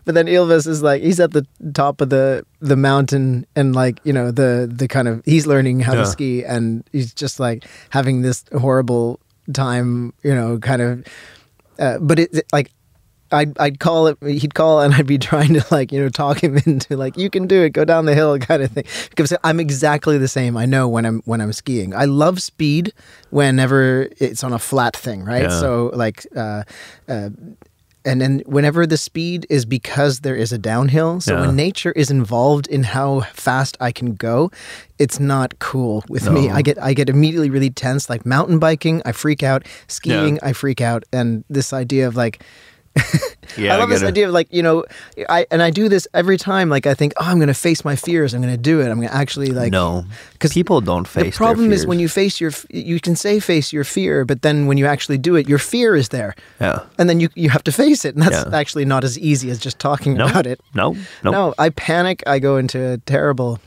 but then Ilves is like he's at the top of the the mountain and like you know the the kind of he's learning how
Yeah.
to ski and he's just like having this horrible time you know kind of uh, but it, it- like I'd I'd call it he'd call and I'd be trying to like you know talk him into like you can do it go down the hill kind of thing because I'm exactly the same I know when I'm when I'm skiing I love speed whenever it's on a flat thing right
Yeah.
so like uh, uh, and then whenever the speed is because there is a downhill so
Yeah.
when nature is involved in how fast I can go it's not cool with me
No.
I get I get immediately really tense like mountain biking I freak out skiing I freak out and this idea of like
Yeah,
I love this
gotta-
idea of like you know, I and I do this every time. Like I think, oh, I'm going to face my fears. I'm going to do it. I'm going to actually like
no.
'cause
people don't face
The problem is when you face your, f- you can say face your fear, but then when you actually do it, your fear is there,
Yeah.
and then you you have to face it, and that's
Yeah.
actually not as easy as just talking
No.
about it.
No. No.
No, I panic. I go into a terrible,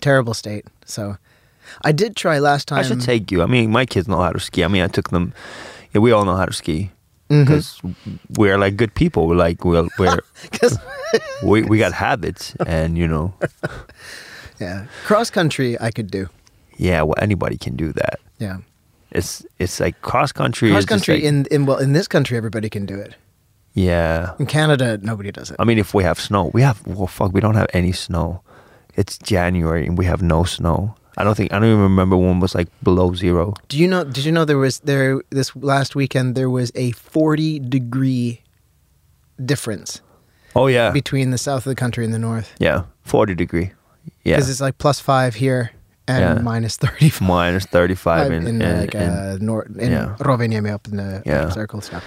terrible state. So, I did try last time.
I should take you. I mean, my kids know how to ski. I mean, I took them. Yeah, we all know how to ski
Mm-hmm.
because we're like good people. We're like we're, we're
'Cause-
we we got habits, and you know,
yeah, cross country I could do.
yeah. Well, anybody can do that.
Yeah,
It's it's like cross country.
cross
is just,
country
like-
in in well in this country everybody can do it.
yeah.
In Canada, nobody does it.
I mean, if we have snow, we have. Well, fuck, we don't have any snow. It's January and we have no snow. I don't think I don't even remember when was like below zero.
Do you know? Did you know there was there this last weekend there was a forty degree difference
Oh yeah,
between the south of the country and the north
yeah, forty degree. Yeah,
because it's like plus five here and
Yeah.
minus thirty five
minus thirty five
in,
in, in-
like
in-
uh, north in
yeah.
Rovaniemi up in the
Yeah.
circle stuff.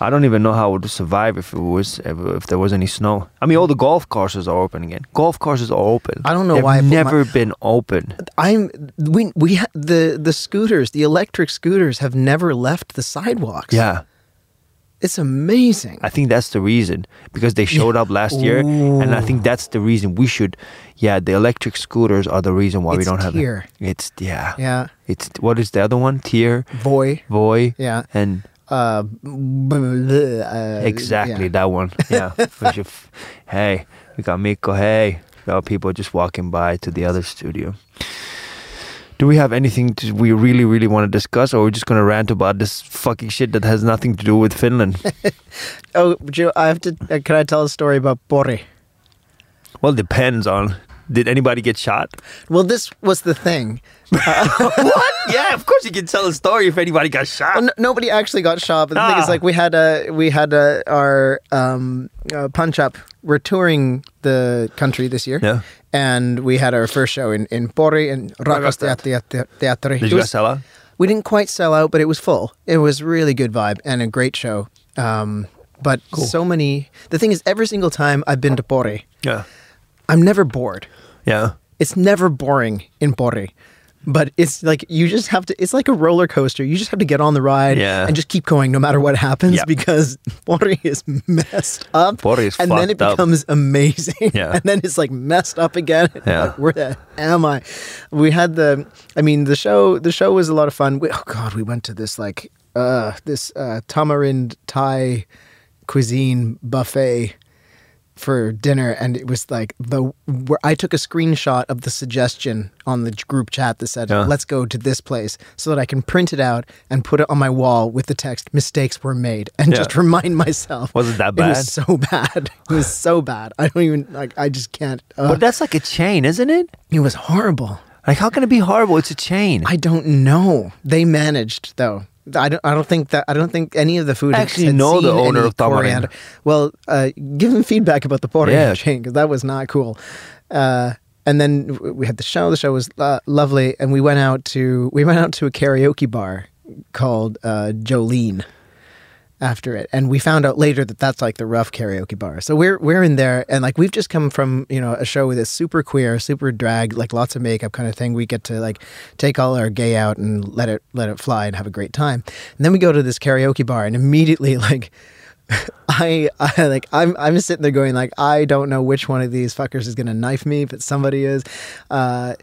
I don't even know how I would survive if it was if, if there was any snow. I mean, all the golf courses are open again. Golf courses are open.
I don't know
They've
why I put
never been open.
I'm we we ha- the the scooters the electric scooters have never left the sidewalks.
Yeah,
It's amazing.
I think that's the reason because they showed up last year, and I think that's the reason we should. Yeah, the electric scooters are the reason why we
It's
don't have
tier.
it. It's yeah,
yeah.
It's what is the other one? Tier,
Voy.
Voy,
Yeah.
and
Uh, b- b- uh,
exactly
yeah.
that one. Yeah, we should. f- Hey, we got Miko. Hey, there are people just walking by to the other studio. Do we have anything to, we really, really want to discuss, or we are just gonna rant about this fucking shit that has nothing to do with Finland?
Oh, Joe, I have to. Uh, can I tell a story about Bori?
well, depends on. Did anybody get shot?
Well, this was the thing.
what? Yeah, of course you can tell a story if anybody got shot.
Well, n- nobody actually got shot, but the thing
Ah.
is, like, we had a we had a, our um, uh, punch up. We're touring the country this year,
Yeah.
and we had our first show in in Pori and
Rakastat.
Rakastat
Did you guys sell out?
We didn't quite sell out, but it was full. It was really good vibe and a great show. Um, but so many. The thing is, every single time I've been to Pori,
Yeah.
I'm never bored.
Yeah.
It's never boring in Pori. But it's like you just have to. It's like a roller coaster. You just have to get on the ride
Yeah.
and just keep going no matter what happens
Yeah.
because Pori is messed up.
Pori is
and then it
fucked up.
becomes amazing.
Yeah.
and then it's like messed up again.
Yeah.
Like, where the am I? We had the. I mean, the show. The show was a lot of fun. We, oh God, we went to this like uh this uh tamarind Thai cuisine buffet for dinner and it was like the where I took a screenshot of the suggestion on the group chat that said
Yeah.
let's go to this place so that I can print it out and put it on my wall with the text mistakes were made and
Yeah.
just remind myself
Was it that
It
bad?
was so bad. It was so bad. I don't even like I just can't uh,
But that's like a chain, isn't it?
it was horrible.
Like, how can it be horrible? It's a chain.
I don't know. They managed though. I don't. I don't think that. I don't think any of the food.
I
had-
actually
had
know the
seen
owner
any
of Tamarind.
coriander. Well, uh, give him feedback about the porridge
Yeah.
chain because that was not cool. Uh, and then w- we had the show. The show was uh, lovely, and we went out to we went out to a karaoke bar called uh, Jolene after it and we found out later that that's like the rough karaoke bar so we're we're in there and like we've just come from you know a show with a super queer super drag like lots of makeup kind of thing we get to like take all our gay out and let it let it fly and have a great time and then we go to this karaoke bar and immediately like I, I like I'm I'm sitting there going like I don't know which one of these fuckers is gonna knife me, but somebody is. Uh,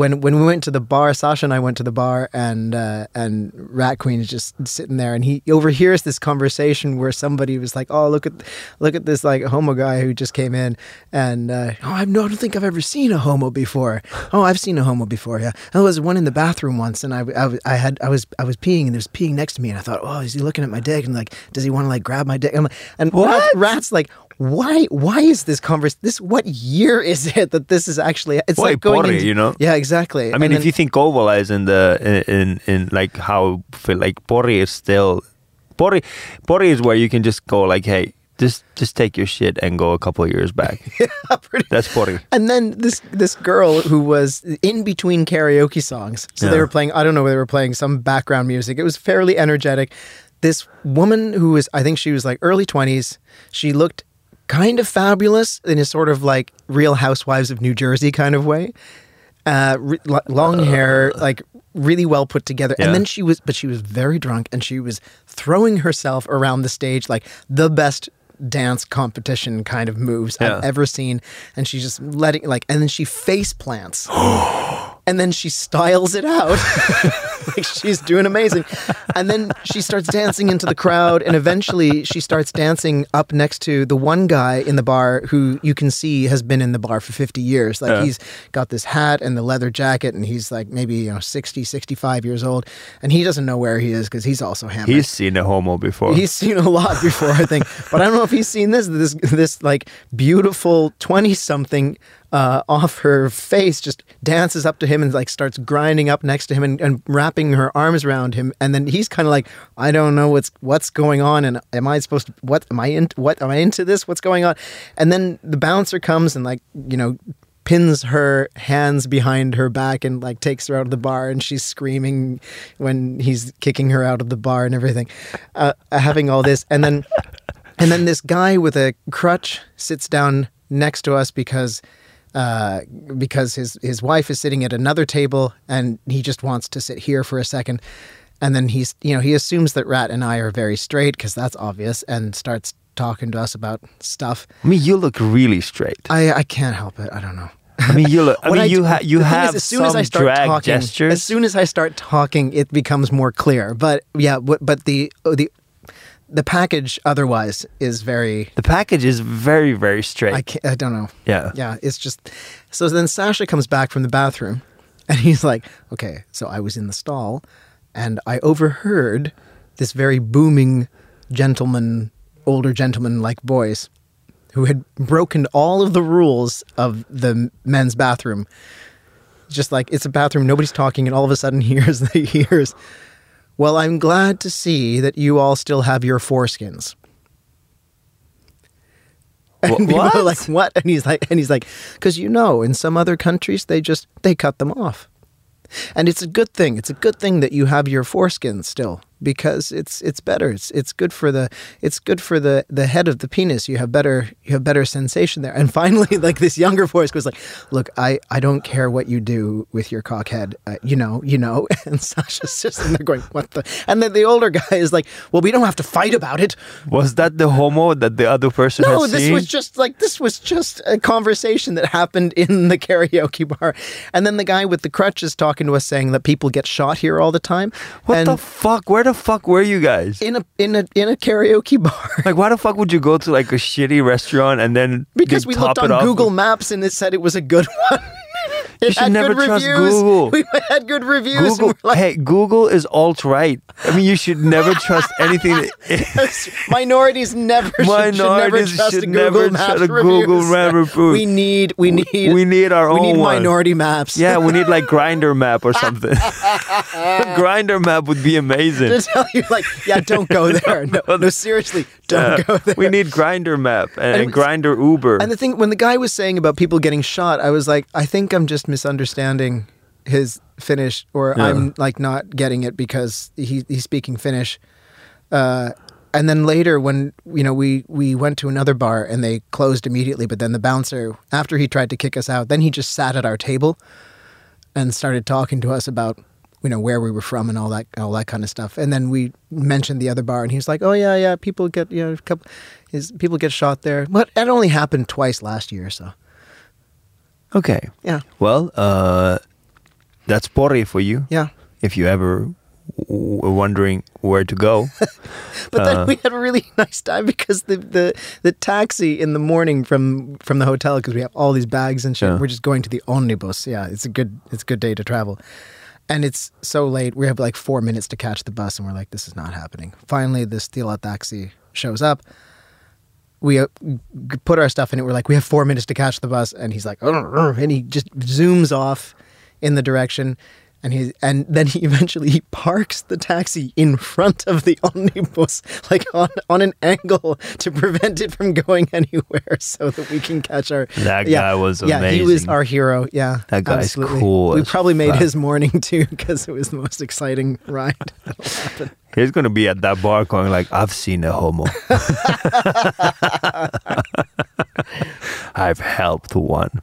when when we went to the bar, Sasha and I went to the bar, and uh, and Rat Queen is just sitting there, and he overhears this conversation where somebody was like, "Oh, look at look at this like homo guy who just came in," and uh, "Oh, I don't think I've ever seen a homo before." "Oh, I've seen a homo before." Yeah, there was one in the bathroom once, and I, I, I had I was I was peeing, and there was peeing next to me, and I thought, "Oh, is he looking at my dick?" And like, does he want to like grab my dick? I'm like, and Rat, Rat's like. Why? Why is this converse? This what year is it that this is actually? It's
Why
like going
potty,
into-
you know?
yeah, exactly.
I mean,
And
if
then-
you think Kouvola is in the in in, in like how feel like Pori is still Pori Pori is where you can just go like, hey, just just take your shit and go a couple of years back. That's Pori.
and then this this girl who was in between karaoke songs, so they
Yeah.
were playing. I don't know. They were playing some background music. It was fairly energetic. This woman who was, I think she was like early twenties. She looked kind of fabulous in a sort of like Real Housewives of New Jersey kind of way. Uh, re- lo- long hair, like really well put together.
Yeah.
And then she was, but she was very drunk and she was throwing herself around the stage like the best dance competition kind of moves
Yeah.
I've ever seen. And she's just letting, like, and then she face plants and then she styles it out like she's doing amazing and then she starts dancing into the crowd and eventually she starts dancing up next to the one guy in the bar who you can see has been in the bar for 50 years like
Yeah.
he's got this hat and the leather jacket and he's like maybe you know 60 65 years old and he doesn't know where he is because he's also hammered
He's seen a homo before.
He's seen a lot before, I think, but I don't know if he's seen this this this like beautiful twenty something uh, off her face just dances up to him and like starts grinding up next to him and, and wrapping her arms around him, and then he's kind of like, I don't know what's what's going on, and am I supposed to what am I in what am I into this? What's going on? And then the bouncer comes and like you know pins her hands behind her back and like takes her out of the bar and she's screaming when he's kicking her out of the bar and everything uh, having all this and then and then this guy with a crutch sits down next to us because uh, because his his wife is sitting at another table and he just wants to sit here for a second and then he's you know he assumes that Rat and I are very straight because that's obvious, and starts talking to us about stuff.
I mean, you look really straight.
I I can't help it. I don't know.
I mean, you look. I
What
mean, you
do-
ha- you
the thing
have
is, as soon
some
as I start
drag
talking,
gestures.
As soon as I start talking, it becomes more clear. But yeah, but, but the oh, the the package otherwise is very.
the package is very very straight.
I can't, I don't know.
yeah.
Yeah, it's just so. Then Sasha comes back from the bathroom, and he's like, "Okay, so I was in the stall, and I overheard this very booming gentleman, older gentleman like voice, who had broken all of the rules of the men's bathroom. Just like it's a bathroom, nobody's talking, and all of a sudden hears he hears, "Well, I'm glad to see that you all still have your foreskins."
Wha-
And people are
what?
like, "What?" And he's like, "And he's like, because you know, in some other countries, they just they cut them off, and it's a good thing. It's a good thing that you have your foreskin still, because it's it's better. It's it's good for the it's good for the the head of the penis. You have better you have better sensation there. And finally, like this younger voice goes like, "Look, I I don't care what you do with your cock head. Uh, you know, you know." And Sasha's just in there going, "What the?" And then the older guy is like, "Well, we don't have to fight about it."
Was that the homo that the other person
No,
had
this
seen?
was just like this was just a conversation that happened in the karaoke bar, and then the guy with the crutch is talking to us saying that people get shot here all the time.
what
and
the fuck? Where the fuck were you guys?
in a in a in a karaoke bar.
Like, why the fuck would you go to like a shitty restaurant and then
Because
they
we
top
looked on
it off
Google
with-
Maps and it said it was a good one. It
You should
had
never
good
trust
reviews.
Google.
We had good reviews. and
Google,
we're like,
hey, Google is alt right. I mean, you should never trust anything.
minorities never should-
Minorities should
should, never trust a Google
never
Maps
trust a Google
reviews.
Map review.
We need we need
we need our
we need
own one.
minority maps.
yeah, we need like grinder map or something. grinder map would be amazing.
to tell you like, yeah, don't go there. No, no seriously, don't go there.
Uh, We need grinder map and, and
we-
grinder Uber.
and the thing when the guy was saying about people getting shot, I was like, I think I'm just misunderstanding his Finnish, or I'm like not getting it because he he's speaking Finnish. Uh, and then later, when you know we we went to another bar and they closed immediately, but then the bouncer, after he tried to kick us out, then he just sat at our table and started talking to us about you know where we were from and all that all that kind of stuff. And then we mentioned the other bar, and he was like, "Oh yeah, yeah, people get you know a couple, his, people get shot there, but that only happened twice last year, so
okay.
yeah,
Well, uh, that's Pori for you.
yeah."
If you ever w- were wondering where to go.
But then
Uh.
we had a really nice time because the, the, the taxi in the morning from from the hotel because we have all these bags and shit.
Yeah.
We're just going to the omnibus. Yeah, it's a good it's a good day to travel, and it's so late. We have like four minutes to catch the bus, and we're like, this is not happening. Finally, this Stila taxi shows up. We uh, g- put our stuff in it. We're like, we have four minutes to catch the bus, and he's like, "Arr, arr," and he just zooms off in the direction. And he and then he eventually he parks the taxi in front of the omnibus, like on, on an angle to prevent it from going anywhere, so that we can catch our.
That guy was
Yeah, he was
amazing.
our hero. Yeah,
That guy's
absolutely.
cool
We
as
probably made
fuck.
his morning too because it was the most exciting ride.
He's going to be at that bar going like, I've seen a homo. I've helped one.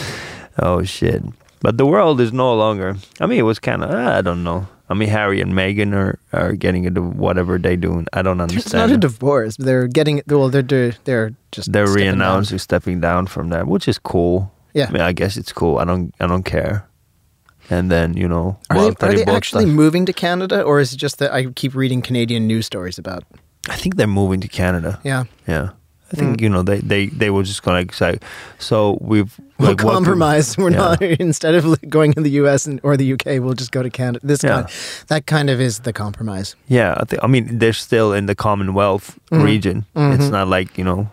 oh, shit. But the world is no longer. I mean, it was kind of, I don't know. I mean, Harry and Meghan are, are getting into whatever they're doing. I don't
It's not a
understand.
divorce. but They're getting well. They're they're, they're just
They're
stepping down.
re-announcing stepping down from that, which is cool.
Yeah.
I mean, I guess it's cool. I don't, I don't care. And then you know,
Are
Walter
they, are they
Ribota-
actually moving to Canada, or is it just that I keep reading Canadian news stories about?
I think they're moving to Canada.
Yeah,
Yeah. I
Mm.
think, you know, they, they, they were just going to say, so we've...
we'll
like, what do-
compromise. We're
yeah.
not instead of going in the U.S. And, or the U.K. We'll just go to Canada. This
Yeah.
kind, that kind of is the compromise.
Yeah. I, think I mean, they're still in the Commonwealth
Mm-hmm.
region. It's not like, you know,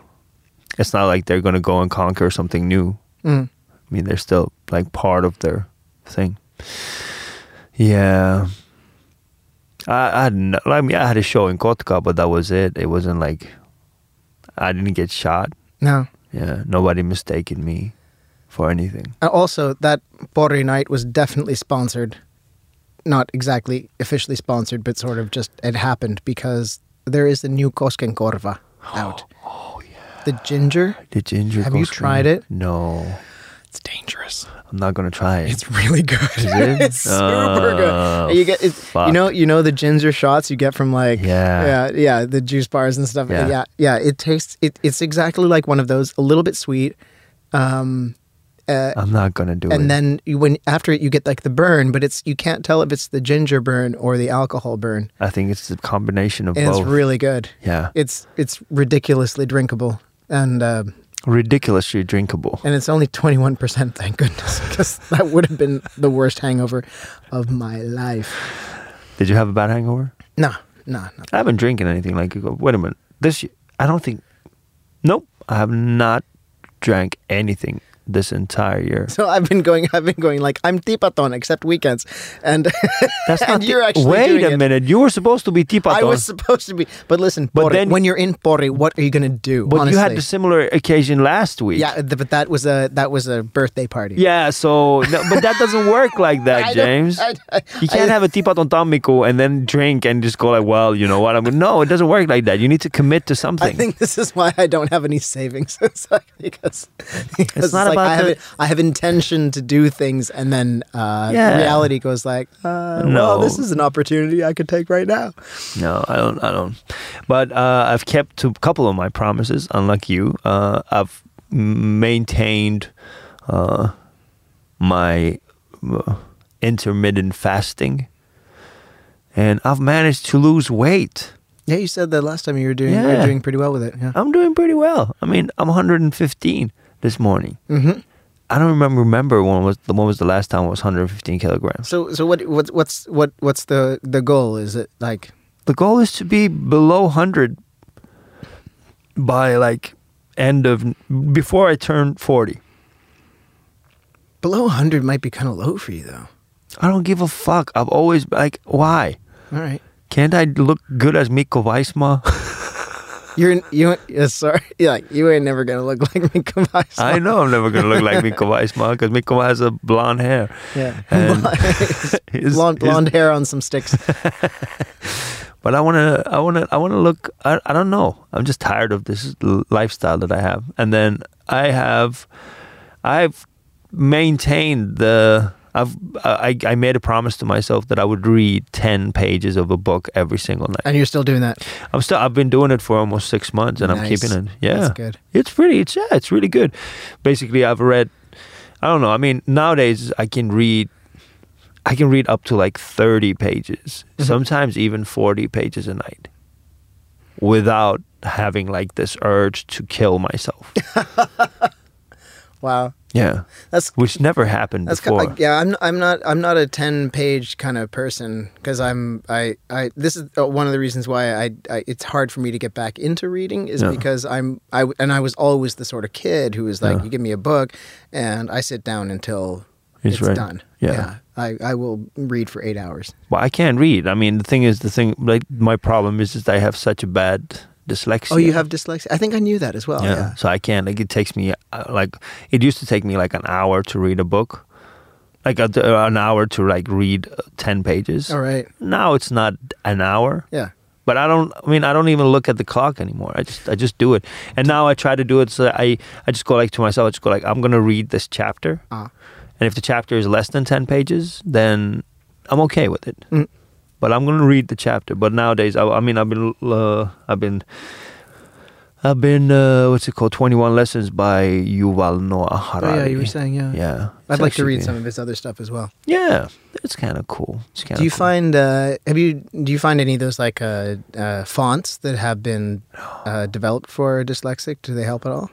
it's not like they're going to go and conquer something new.
Mm.
I mean, they're still like part of their thing. Yeah. I, I had no, I mean, I had a show in Kotka, but that was it. It wasn't like... I didn't get shot.
No.
Yeah. Nobody mistaken me for anything.
Uh, Also, that Pori night was definitely sponsored, not exactly officially sponsored, but sort of just it happened because there is the new Koskenkorva out. Oh, yeah. The ginger.
Did ginger
Have you
go
tried
scream?
it?
No.
It's dangerous.
I'm not gonna try it.
It's really good.
it?
it's super
Oh,
good. You get it's,
fuck.
you know you know the ginger shots you get from like
Yeah.
yeah yeah, the juice bars and stuff.
Yeah.
Yeah. yeah It tastes it, it's exactly like one of those. A little bit sweet. Um, uh,
I'm not gonna do it.
and then you, when after it you get like the burn, but it's you can't tell if it's the ginger burn or the alcohol burn,
I think it's the combination of
and
both.
it's really good.
yeah,
It's it's ridiculously drinkable, and uh,
ridiculously drinkable.
and it's only twenty one percent. Thank goodness, because that would have been the worst hangover of my life.
Did you have a bad hangover?
No, no, no.
I haven't drinking anything. Like you go, wait a minute. This y- I don't think. Nope, I have not drank anything this entire year.
So I've been going, I've been going like I'm tipaton except weekends, and
That's
and
not.
you're
the-
actually
wait
doing
a
it.
minute. You were supposed to be tipaton.
I was supposed to be, but listen,
But
Pori,
then-
when you're in Pori, what are you gonna do?
but
honestly?
you had the similar occasion last week.
yeah, th- but that was a that was a birthday party.
Yeah, so no, but that doesn't work like that,
I don't-
James.
I- I-
you
I-
can't have a tipaton tamiko and then drink and just go like, well, you know what? I'm no, it doesn't work like that. You need to commit to something.
I think this is why I don't have any savings. it's like because, because it's
not about
like I,
the-
have, I have intention to do things, and then uh,
Yeah.
reality goes like, uh,
No.
well, this is an opportunity I could take right now.
No, I don't. I don't. But uh, I've kept to a couple of my promises. Unlike you, uh, I've m- maintained uh, my uh, intermittent fasting, and I've managed to lose weight.
Yeah, you said that last time you were doing you
Yeah.
were doing pretty well with it. Yeah.
I'm doing pretty well. I mean, I'm 115 this morning.
Mm-hmm.
I don't remember remember when was the when was the last time I was 115 kilograms.
So so what what's what's what what's the the goal? Is it like
The goal is to be below 100 by like end of before I turn 40.
below 100 might be kind of low for you though.
I don't give a fuck. I've always like why
All right.
can't I look good as Mikko Weisma?
You're you yeah, sorry. You're like you ain't never going to look like me come on.
I know I'm never gonna look like Mikko Weisma because Mikko has a blonde hair.
Yeah.
And his-
blonde
his-
blonde hair on some sticks.
But I wanna, I wanna, I wanna look. I, I don't know. I'm just tired of this l- lifestyle that I have. And then I have, I've maintained the. I've I, I made a promise to myself that I would read ten pages of a book every single night.
and you're still doing that.
I'm still I've been doing it for almost six months and I'm
Nice.
keeping it. Yeah,
That's good.
It's pretty. It's yeah. It's really good. Basically, I've read. I don't know. I mean, nowadays I can read. I can read up to like thirty pages,
Mhm.
sometimes even forty pages a night, without having like this urge to kill myself.
Wow.
yeah,
That's
which never happened
that's kind
before.
of like, yeah, I'm I'm not I'm not a 10 page kind of person cuz I'm I I this is uh, one of the reasons why I, I it's hard for me to get back into reading is
Yeah.
because I'm I w- and I was always the sort of kid who was like
Yeah.
you give me a book and I sit down until
He's
it's
right.
done.
Yeah.
I I will read for 8 hours.
Well, I can't read. I mean, the thing is, the thing like my problem is, is I have such a bad dyslexia.
Oh, you have dyslexia. I think I knew that as well.
yeah.
Oh, Yeah.
So I can't. Like it takes me uh, like it used to take me like an hour to read a book, like a, an hour to like read uh, ten pages.
All right.
Now it's not an hour.
Yeah.
But I don't. I mean, I don't even look at the clock anymore. I just, I just do it. And now I try to do it so that I, I just go like to myself. I just go like, I'm gonna read this chapter,
Ah.
and if the chapter is less than ten pages, then I'm okay with it.
Mm.
But I'm gonna read the chapter. But nowadays, I, I mean, I've been, uh, I've been, I've been, uh, what's it called? Twenty One Lessons by Yuval Noah
Oh,
Harari.
yeah, you were saying, yeah.
Yeah,
I'd
It's
like to
actually
read
good.
some of his other stuff as well.
Yeah, it's kind of cool. It's kind
Do you
cool.
find uh, have you do you find any of those like uh, uh, fonts that have been uh, developed for dyslexic? Do they help at all?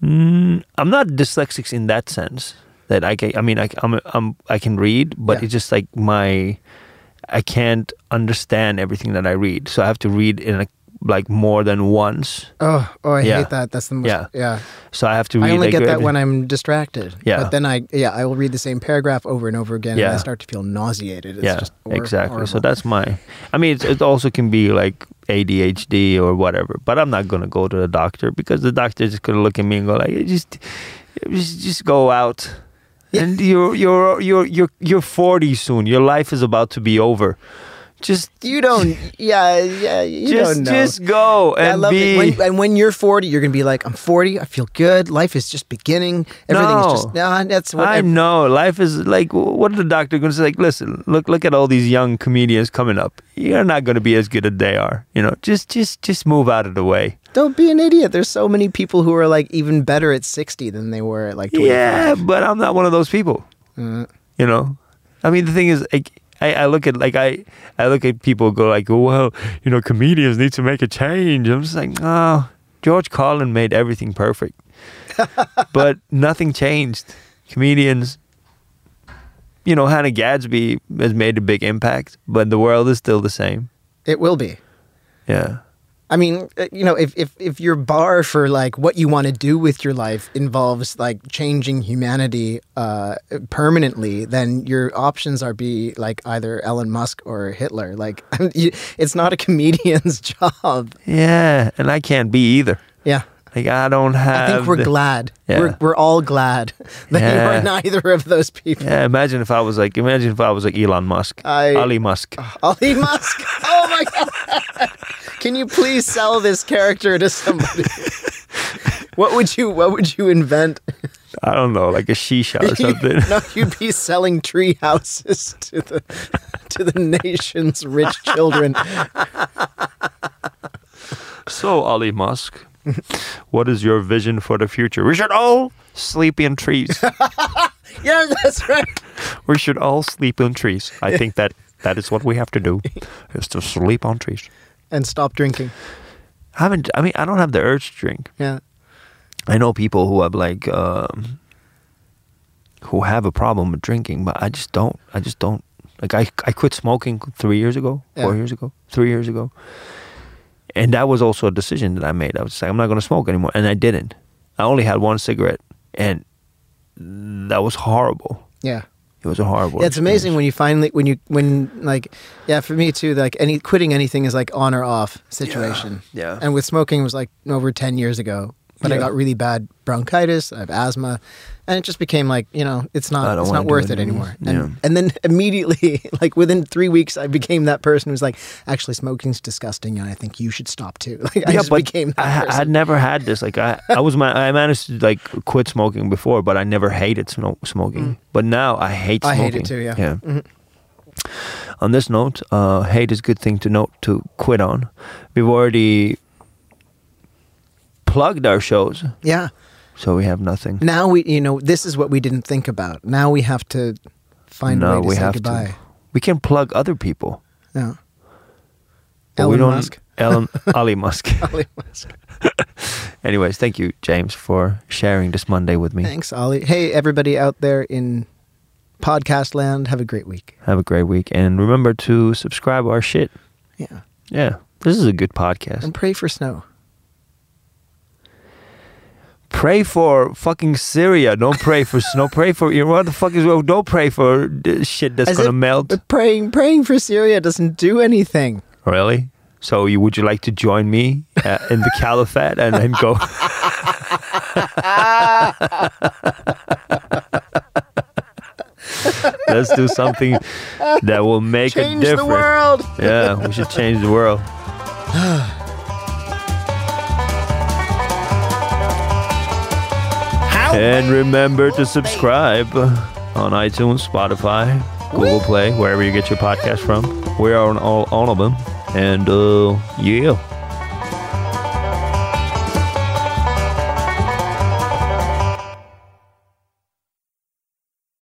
Mm, I'm not dyslexic in that sense that I can. I mean, I, I'm, I'm I can read, but
Yeah.
it's just like my I can't understand everything that I read, so I have to read in like like more than once.
Oh, oh, I
Yeah.
hate that. That's the most.
Yeah.
Yeah,
So I have to read.
I only
like,
get that
every-
when I'm distracted.
Yeah.
but then I yeah I will read the same paragraph over and over again, and
Yeah.
I start to feel nauseated. It's
yeah,
just hor-
exactly. So
horrible.
that's my. I mean, it's, it also can be like ADHD or whatever, but I'm not gonna go to the doctor because the doctor is gonna look at me and go like, just, just, just go out.
Yeah.
And you're you're you're you're you're 40 soon. Your life is about to be over. Just
You don't. Yeah, yeah. You
just
don't know.
just go
I
and
love
be.
it. When, and when you're 40, you're gonna be like, I'm 40. I feel good. Life is just beginning. Everything's
No.
just. Nah, that's what.
I
ev-
know life is like. wh- What the doctor going to say? Like, listen, look, look at all these young comedians coming up. You're not going to be as good as they are. You know, just, just, just move out of the way.
don't be an idiot. There's so many people who are like even better at 60 than they were at like 25.
Yeah, but I'm not one of those people.
Uh,
You know, I mean, the thing is, like, I, I look at like I, I look at people go like, well, you know, comedians need to make a change. I'm just like, oh, George Carlin made everything perfect, but nothing changed. Comedians, you know, Hannah Gadsby has made a big impact, but the world is still the same.
it will be.
Yeah.
I mean, uh, you know, if, if, if your bar for like what you want to do with your life involves like changing humanity uh, permanently, then your options are be like either Elon Musk or Hitler. Like, you, it's not a comedian's job.
Yeah, and I can't be either.
Yeah.
Like I don't
I
have.
think we're
the-
glad.
Um, Yeah.
We're, we're all glad that you
Yeah.
are neither of those people.
Yeah, imagine if I was like, imagine if I was like Elon Musk,
I- Oh,
Ali Musk.
Ali Musk. Oh my God. Can you please sell this character to somebody? What would you What would you invent?
I don't know, like a shisha or something.
no, you'd be selling tree houses to the to the nation's rich children.
So, Ali Musk, what is your vision for the future? We should all sleep in trees.
Yeah, that's right.
we should all sleep in trees. I think that that is what we have to do, is to sleep on trees.
And stop drinking.
I haven't. I mean, I don't have the urge to drink.
Yeah.
I know people who have like, um, who have a problem with drinking, but I just don't. I just don't. Like I, I quit smoking three years ago, four
Yeah.
years ago, three years ago, and that was also a decision that I made. I was just like, I'm not going to smoke anymore, and I didn't. I only had one cigarette, and that was horrible.
Yeah.
It was a horrible.
Yeah, it's amazing when you finally when you when like yeah for me too like any quitting anything is like on or off situation
Yeah, yeah.
and with smoking it was like over 10 years ago but i
Yeah.
got really bad bronchitis i have asthma and it just became like you know it's
I
not
don't
it's
wanna
not
do
worth
it
it
anymore.
anymore and, and then immediately like within three weeks i became that person who's like actually smoking's disgusting and i think you should stop too like i just became that
I, ha- I
person
had never had this. Like I, I was my, I managed to like quit smoking before, but I never hated sno- smoking. But now I hate.
Mm. I
Smoking.
hate it too, yeah. Mm. Mm-hmm.
Yeah. On this note, uh, hate is a good thing to note to quit on. We've already plugged our shows,
yeah
so we have nothing.
now we you know this is what we didn't think about now we have to find a
no,
way to
we
say
have
goodbye
to. We can plug other people.
Yeah.
but we don't, Elon Ali Musk.
Elon Musk.
Anyways, thank you, James, for sharing this Monday with me.
Thanks, Ollie. Hey, everybody out there in podcast land, have a great week.
Have a great week, and remember to subscribe our shit.
Yeah.
Yeah, this is a good podcast.
And pray for snow.
Pray for fucking Syria. Don't pray for snow. Pray for Iran. What the fuck is well? Don't pray for d- shit that's
As
gonna
if-
melt.
But praying praying for Syria doesn't do anything.
Really? So, you, would you like to join me uh, in the caliphate and then go? Let's do something that will make a
Change
difference.
the world.
Yeah, we should change the world. And remember to subscribe on iTunes, Spotify, Google Play, wherever you get your podcast from. We are on all, all of them. And uh, yeah.